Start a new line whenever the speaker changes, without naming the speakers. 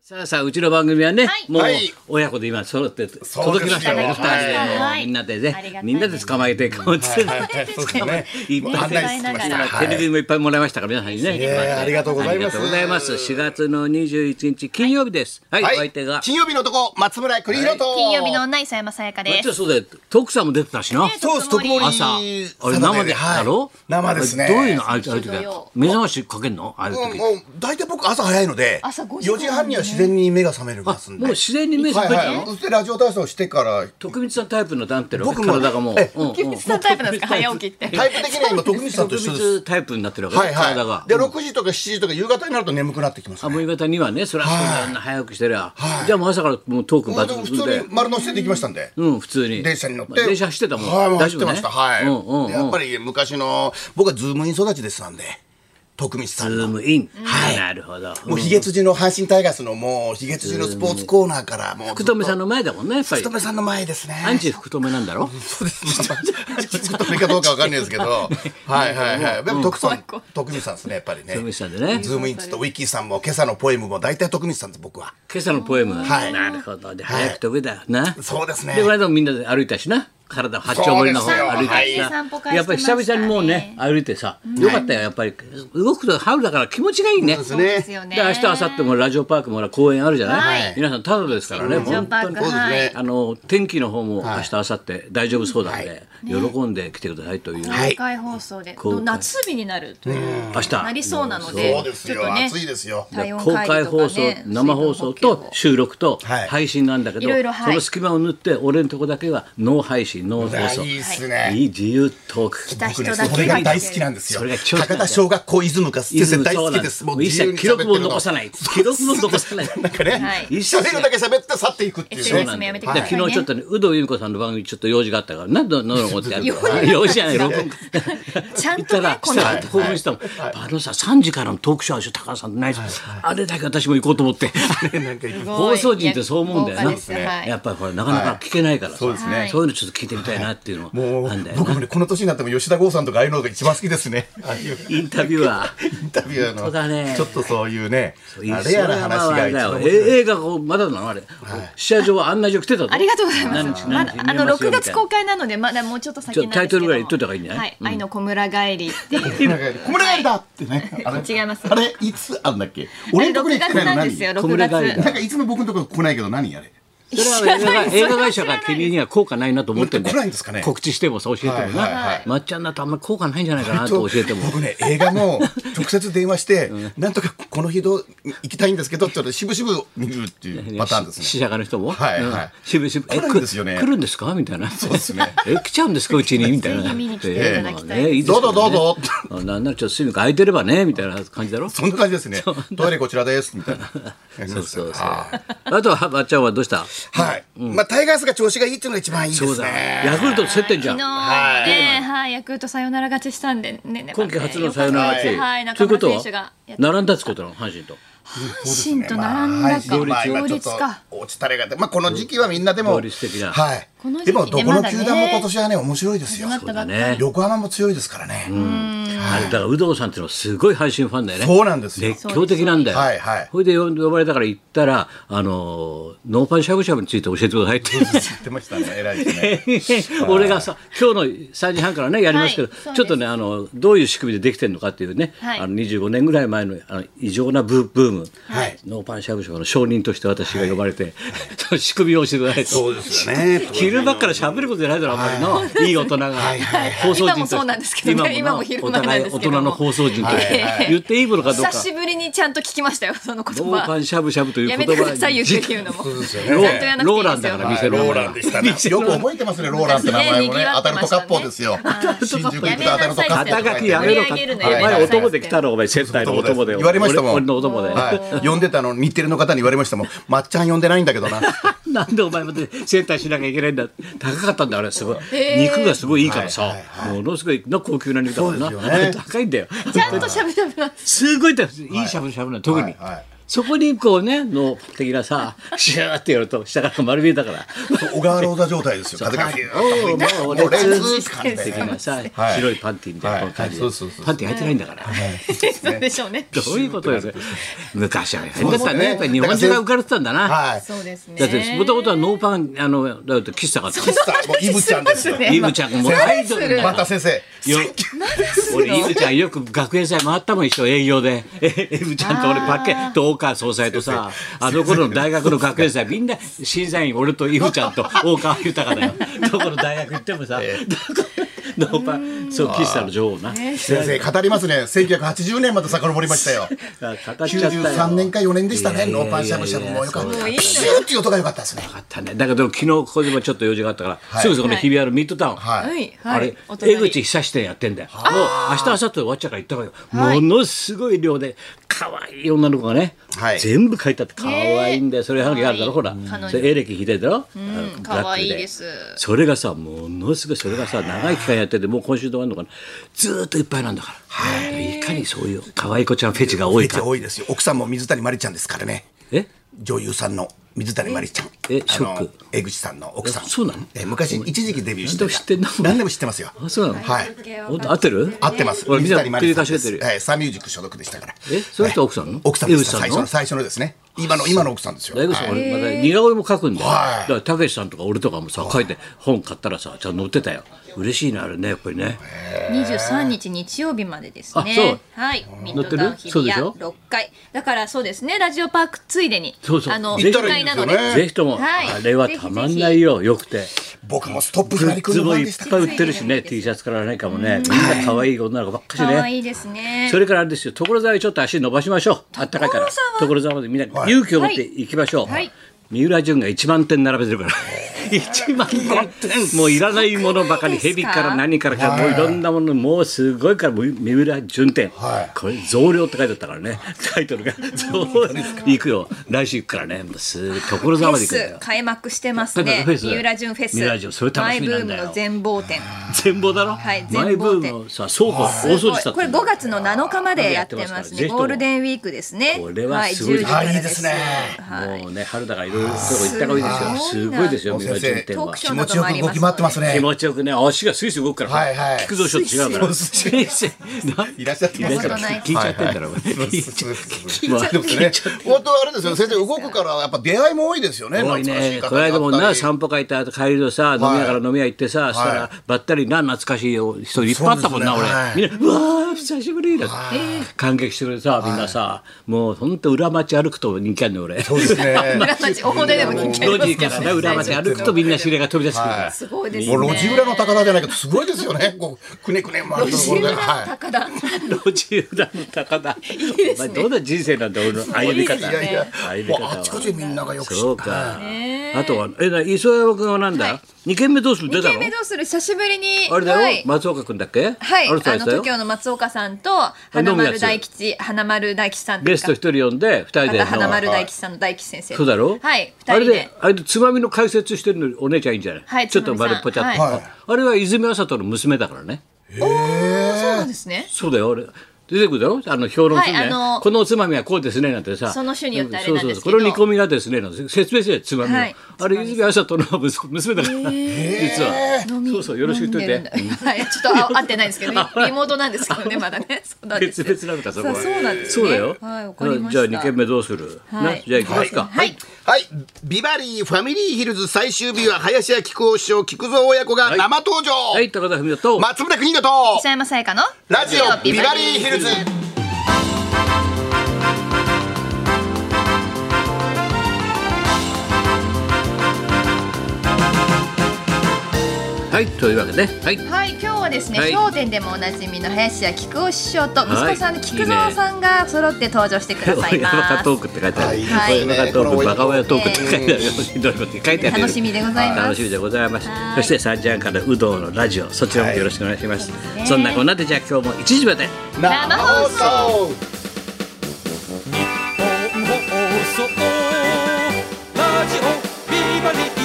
さあさあうちの番組はね、
はい
もう
はい
親子で今揃って
すよ
届きましたからね二人でもう、
はい
みんなでね、
ありがたいです
みんなで捕まえて顔つけて、
はいはいそうですね
いっぱい
案内してきました
テレビもいっぱいもらいましたから皆さんにね、
ね
配って
ありがとうございます
ありがとうございます4月の21日金曜日ですはい、
はい
お相手が
金曜日の男松村邦弘と、
金曜日の女、伊佐山さやかで
あ
す。
そうだよ徳さんも出てたしな
ね
そうです特盛
朝あれ生でだろ、
はい生ですね
どういうのああいう
土
時
曜
目覚ましかけんのああいう
うん
時、
もう大体僕朝早いので
朝5時
4時半には自然に目が覚めるんですんで
もう自然に目
は
覚
い
めたの、
はいそしてラジオ体操してから
徳光さんタイプのなんていうの
僕も
体がもう、
え
うんうん
吉さんタイプなんですか早起きって。
タイプ的には今徳光さんと
特
一緒です
別タイプになってるわけ、
はいはい
体が
で6時とか7時とか夕方になると眠くなってきます
あ
ね
もう夕方にはねそりゃそうだよな早くしてりゃ、
はい
じゃあもう朝からもうトーク
もう
抜
でも普
群
通
で
に丸乗せてできましたんで
うん普通に
電車に乗って
まあ電車走ってたもん、
はいも
大
う
丈
走って
夫
ま
ね
したはい
うんうんうん
でやっぱり昔の僕はズームイン育ちですなんで徳光さ
ズ
んの
ームイン、
はい
なるほど
もうヒゲ筋の阪神タイガースのもうヒゲ筋のスポーツコーナーからもう
福留さん
の
の前だもんねやっぱ
福
り
留さんの前ですね
アンチ福留なんだろ
そうですね。ちょっと目かどうかわかんないですけど、はいはいはい。でも徳さん、徳光さんですねやっぱりね。
徳光さんでね
ズームインツとウィッキーさんも今朝のポエムも大体徳光さんです僕は。
今朝のポエム、
はい
なるほどで早く飛べだよな、
そうですね
で。この間もみんなで歩いたしな体八丁堀の方
そうですよ
歩いたし
はい
な、
散歩会
やっぱり
して
久
ましたね
々にもうね歩いてさ、よかったよやっぱり動くと春だから気持ちがいいね、
そ
そう
うで
ですす
ね。
よね。
で明日明後日もラジオパークもほら公園あるじゃない、
はい
皆さんタダですからね
ラジオ
本
パー
当
ク
に
はい
あの天気の方も明日明後日大丈夫そうなんで、
はい
喜んで来てくださいという、
はい
公開放送で、
公開
夏日になるという
明日
なりそうなので
そうです
ちょっ
よ。
とね
暑いですよ。
体温
公開放送、生放送と収録と
はい
配信なんだけど、
いろいろはい
その隙間を縫って俺のとこだけはノー配信ノー放送
いいです
い
ね。
い自由トーク
た人
僕ね、
だけ
それが大好きなんですよ。
それが超好きなん
博
だよ
多小学校イズムが先生大好きです。
も
も
う
う
一
自
切
由に
記録
喋っ
も
てるの
残さない記録も残さない
なんかね、
はい
喋るだけ喋って去っていくっていうね。
SNS もやめてく
だ
だ
か
さ
ら
い
昨
ね。
日ちょっとね、有働由美子さんの番組ちょっと用事があったから、なんでののこってやるの用事じゃない、録音。
ちゃん
行った
と
ら
ね、
来
こ
た
の
ら興奮したもん。あのさ、3時からのトークショーあるでしょ、高橋さんとないあれだけ私も行こうと思って。
なんかいい
ごい
放送陣ってそう思うんだよ
豪
な
華ですねはい
やっぱりこれなかなか聞けないからさ
そうです
ね
そういうのちょっと聞いてみたいなっていうの
も
もあんだ
う
よ
僕
な
もねこの年になっても吉田剛さんとかああいうのが一番好きですね。ああいう
インタビュアー
インタビュー
本当だね
のちょっとそういうね
いや
あれやな話が一
それはまああ
番
れだよえ映画こうまだなのあれ試写場はあんな上来てたぞ
ありがとうございます。
何
ま
日
だ
何日
あ
見れ
の
ますよ
6月公開なのでまだもうちょっと先なんです
ちょタ
けど。
イトルぐらい言っといた方がいいんじゃない
はい、愛の小村帰りっていう。
小村帰りだってねあれ
違います
あれいつあんだっけ
あれ
俺のとこに
6
来て
月
ないの
なんで
何
すよ。
な
小
6
村帰り
月
だ。
んかいつも僕のところ来ないけど何あれ
それは映画映画会社が君には効果ないなと思ってんだよ
来ないんですかね
告知してもさ教えてもな、
はいはいはい
まっちゃんだとあんまり効果ないんじゃないかなと教えても
僕ね映画も直接電話してなんとかこの日どう行きたいんですけどって言われてしぶしぶ見るっていうパターンですね
試写会の人も、
はい
うん
はい
しぶしぶえ
来るんですよね
く来るんですかみたいなそうです
ね
え来ちゃうんですかうちにみたいな
ぜひ見に来ていただきたい
ええいいです
ど
よ
うぞどうぞ
あなんならちょっと隅が空いてればねみたいな感じだろ
そんな感じですねトイレこちらですみたいな
そうそうそう
あー
あとはばっちゃんはどうした
はいまあタイガースが調子がいいっていうのが一番いいです
そうだ
ね
ヤクルトと接点じゃ
昨日
ん
ね、
はい
はい、ヤクルトサヨナラ勝ちしたんでね。
今季初のサヨナラ勝ち、
はい、
とい
中
うこ
村
と
選手が
は
やっ
並んだつことなの阪神と
阪神と並んだか、
まあ今
同
ちょっ
率
と
か。
落ちたれが出てまあこの時期はみんなでも
同率的な
はい
この時期
でもどこ
ま
の
だね
球団も今年はね面白いですよ
始まっ
そう
た
だ
ばっかり
ね
横浜も強いですからね
あれだから有働さんっていうのはすごい阪神ファンだよね
そうなんですよ
熱狂的なんだよ。
はいはい
それで呼ん呼ばれたから行ったら、あのー、ノーパンしゃぶしゃぶについて教えてくださいって。
言ってましたね偉いですね
俺がさ今日の3時半からねやりますけど、
はいそうです
ちょっとねあのどういう仕組みでできてるのかっていうね、
はい
あの25年ぐらい前のあの異常なブブーム、
はい
ノーパンしゃぶしゃぶの証人として私が呼ばれて、 その仕組みを教えてくださいと
そうですよね
昼間から喋ることじゃないだろあんまりの、い、い大人が
はいはい
放送陣として
今もそうなんですけどね
な
今も昼
お
間なん
互い
で
大
すけ
人
ども
の放送陣とし
はいは
て
い
言っていいものかどうか
久しぶりにちゃんと聞きましたよ、その言
ノーパ
葉
ン。しゃぶしゃぶという
や
言
め
葉
てください、ゆっくり言うのも。ちゃんとやらな
ローラ
く
ン
てい
だ
い
か
で
ら店
すよ。
の
ローランでしたねよく覚えてますねローランって名前も
昔ね
ね当たると
賑わってましたね
割烹ですよ
はい
新宿行くと当たると割
や
烹
めなさい
肩
っ
書
て
きやめろか
盛り上げるの
お
やめなさ
前
い
男で来たろお前接待のお供で
言われましたもん
俺のお供で、
はい呼んでたの日テレの方に言われましたもんまっちゃん呼んでないんだけどな
なんでお前まで接待しなきゃいけないんだ高かったんだあれすごい
へー
肉がすごいいいからさ、
はいはい
ものすごいな高級な肉だからな、
そうですよね
高いんだよ
ちゃんとしゃぶしゃぶなんです。
すごい高いいいしゃぶしゃぶなの特に、
はいはい
そこにこうねの的なさシューってやると下から丸見えだから
小川ローダ状態ですよ。風が。
おおもう
もうレ
俺
ッツ
ツ
ーって感じ
的
で。
なさ
はい
白いパンティみたいなこの感じで
はいそうそうそう
パンティ履いてないんだから
そうでしょうね。
どういうことですか昔は変だった
そ
ね
うですね
やっぱり日本中が浮かれてたんだな
はい。
そうですね。
だってもともとはノーパンあのだって喫茶があった
ミスターもうイブちゃんですよ。
そうですね
イブちゃんもうアイドルだ
また先生。
よ 俺イブちゃんよく学園祭回ったもん一緒営業で えイブちゃんと俺パッケーと大川総裁とさあの頃の大学の学園祭みんな審査員俺とイブちゃんと大川豊だよどこの大学行ってもさ、 どこノーパンそう喫茶の女王な、
先生語りますね。1980年まで遡りましたよ。
あかかっちゃったよ
93年か4年でしたね。
いやいやいや
ノーパンシャブシャブも良かっ
も
た。
ういい
ピ
の
シューっていう音が良かったですね。
あったねだけど昨日ここでもちょっと用事があったから、すぐそこの日比谷のミッドタウン、
は。
はいいはい。
あれ
お、隣
江口久志店やってんだよ。もう明日、明後日終わっちゃうから行ったわよ。ものすごい量で、可愛い女の子がね
は、い
全部書いてあって可愛いんだよ。それ話があるだろ、ほら
可愛い。
それエレキ弾いてるだろあのブラ
可
ッ
愛
ク
い
で
で。す。
それがさ、ものすごい、それがさ、長い期間やってて、もう今週で終わるのかな。ずーっといっぱいなんだから。いかにそういう可愛い子ちゃんフェチが多い
めっち
か
ゃ。多いですよ。奥さんも水谷まりちゃんですからね。
え
女優さんの水谷まりちゃん。
え
あ
ショック
の江口さんの奥さん。
えそうなの
え昔一時期デビューして
何でも知ってんの
何でも知ってますよ。
あ、そうなの
はい。
本当合ってる
合ってます。
俺見た
まりさんで
繰
す
り返し出てる
はい、サンミュージック所属でしたから。
えその人奥さんの
奥さんで
江口
す。
さんの
最初の最初のですね。今の今の奥さんですよ。
大悟さん、俺まだ似顔絵も描くんだよ、
はい
だからたけしさんとか俺とかもさ書いて本買ったらさちゃんと載ってたよ嬉しいなあれねやっぱりね
二十三日日曜日までです
あそう
ね。はい。ミッ
乗ってる
ドタウン日
そう
比
でしょ
谷六階。だからそうですね。ラジオパークついでに、
そうそう
あの
行
六
ったら
いい
階
です
な
よ
の
ね
で、
ぜひとも、
はい
あれはたまんないよよくて
僕もストッ
グ
プフラリ
ッ
君
ズ
のフ
も
ァン
い
で
っ
した。
ぱい売ってるしね T シャツから何かもねみんな可愛い女の子ばっかし
可愛
ね
いですね。
それからあれですよ所沢へちょっと足伸ばしましょうあったかいから
所沢
所沢までみんな
はい
勇気を持って行きましょう、
はい
三浦淳が1万点並べてる から1万点もういらないものばかり
すごくな
蛇
いですか
から何からかもういろんなものもうすごいからもう三浦淳点、
はい
これ増量って書いてあったからねタイトルが増行くよ来週行くからねもうすぐ所
フ
沢
ェ
まで行くんだ
ス
よ
開幕してます
だから
ね。
フェス
三浦純フェス。
三浦純それ楽しみなんだよ
マイブームの全貌展。
全貌だろ、
はい
マイブ
全
ー
貌
ムをさ倉庫が大掃除したって
これ5月の7日まで
や
や
っ
ってて
ますから
ます
ぜ
ね
ひとも
ゴールデンウィークですね
これはすごい
10時から
あいいですね
はい
もうね春だからいろいろ行った方がいいですよす
すごいな
ごいですよ
もう
三浦
先
淳
生、
点
トー
は
クショー
気持
な
ち
ど
よ
もあ
く
ります
動き回ってます
気
ね。
持ちよくね足がスイスイ動くから、
はいはい
聞くぞしょ違うから
スイスイ
スイスイない
いらっしゃってますから。
聞
ち
い
ゃってんだろ
はい
お前
はいそうですそうです
聞いちゃって
そうですね。本当はあれですよ。先生動くからやっぱ出会いも多いですよね。
多い
懐かし
ね
い方
この間も
だ
な
ったり
散歩会行った後帰りのさ飲み屋から飲み屋行ってさ、そしたらばったりな懐かしい人いっぱいあったもんな、
そうですねは
俺
い
みんな「うわー久しぶり」だって、感激してくれてさみんなさ、もうほんと裏町歩くと人気あるね俺。
そうですね。
裏町大手でも人気あ
路
り
地
ま
からね裏町歩くとみんな指令が飛び出してくるから、
すすごいですね
もう路地裏の高田じゃないけどすごいですよね。こうくねくね回るところ で。はい。
高田
路地裏の高田お前どんな人生なんだ俺の歩み
い
方
やいや
歩、み
も
方
うあちこ
は
ちみんながよく知
そうかあとはえな磯山君はなんだ二軒目どうする出
2
た
軒
の
目どうする久しぶりに
あれだ
は
よ
い
松岡君だっけ
はい、あ
あ
の
の人でした
東
よ
京の松岡さんと
飲
花
むやつ
丸大吉花丸大吉さんとか
ゲスト一人呼んで二人でや
また
る
花
の
丸大吉さんの大吉先生
そうだろ
はい2
あ
人
れで
で
あれでつまみの解説してるのお姉ちゃんいいんじゃない、
はい
ちょっと
つまみ
丸
さ
っ
ん
ぽちゃって、
はい
あれは泉あさとの娘だからね
あそうなんですね
そうだよ俺出てくるだろあの評論するね、
はいあの
このおつまみはこうですねなんてさ
その種によってあれなんですけど
そうそうそうこの煮込みがですねなんて説明してつまみを、
はい
あれ泉あさとの娘娘だから、実はそうそうよろしく言っとい
飲んで
て
るんだはい、ちょっとあ合ってないんですけ ど、リモートなんですけどね、まだね。そうなんです
別
よ
々なんだそこは
そうそうなんです
そう
ね
だよ、
はいわかりまし
じゃ
た
あ二軒目どうする、
はい
なじゃあ行きますか、
はい、
はい、ビバリーファミリーヒルズ最終日は林家木久扇師匠、菊蔵親子が生登場、
はい、高田文夫と、
松村邦人と
磯山さやかの
ラジオビバリーヒルズ。
はい、というわけで、はい。
はい、今日はですね、
はい
笑点でもおなじみの林家木久扇師匠と息子さ
は
ん
い
の菊蔵さんが揃って登場してください
親バ
ま
カ
す。
トークって書いてある。
はい
親バカトーク、バカ親トークって書いてあるよ。ひどいこと書いてある。
楽しみでございます
楽しみでございます
は。い
そして三時半からうどんのラジオ、そちらもよろしくお願いします。そんなこんなでじゃあ今日も一時まで。
生放送
日本放送ラジオビバリー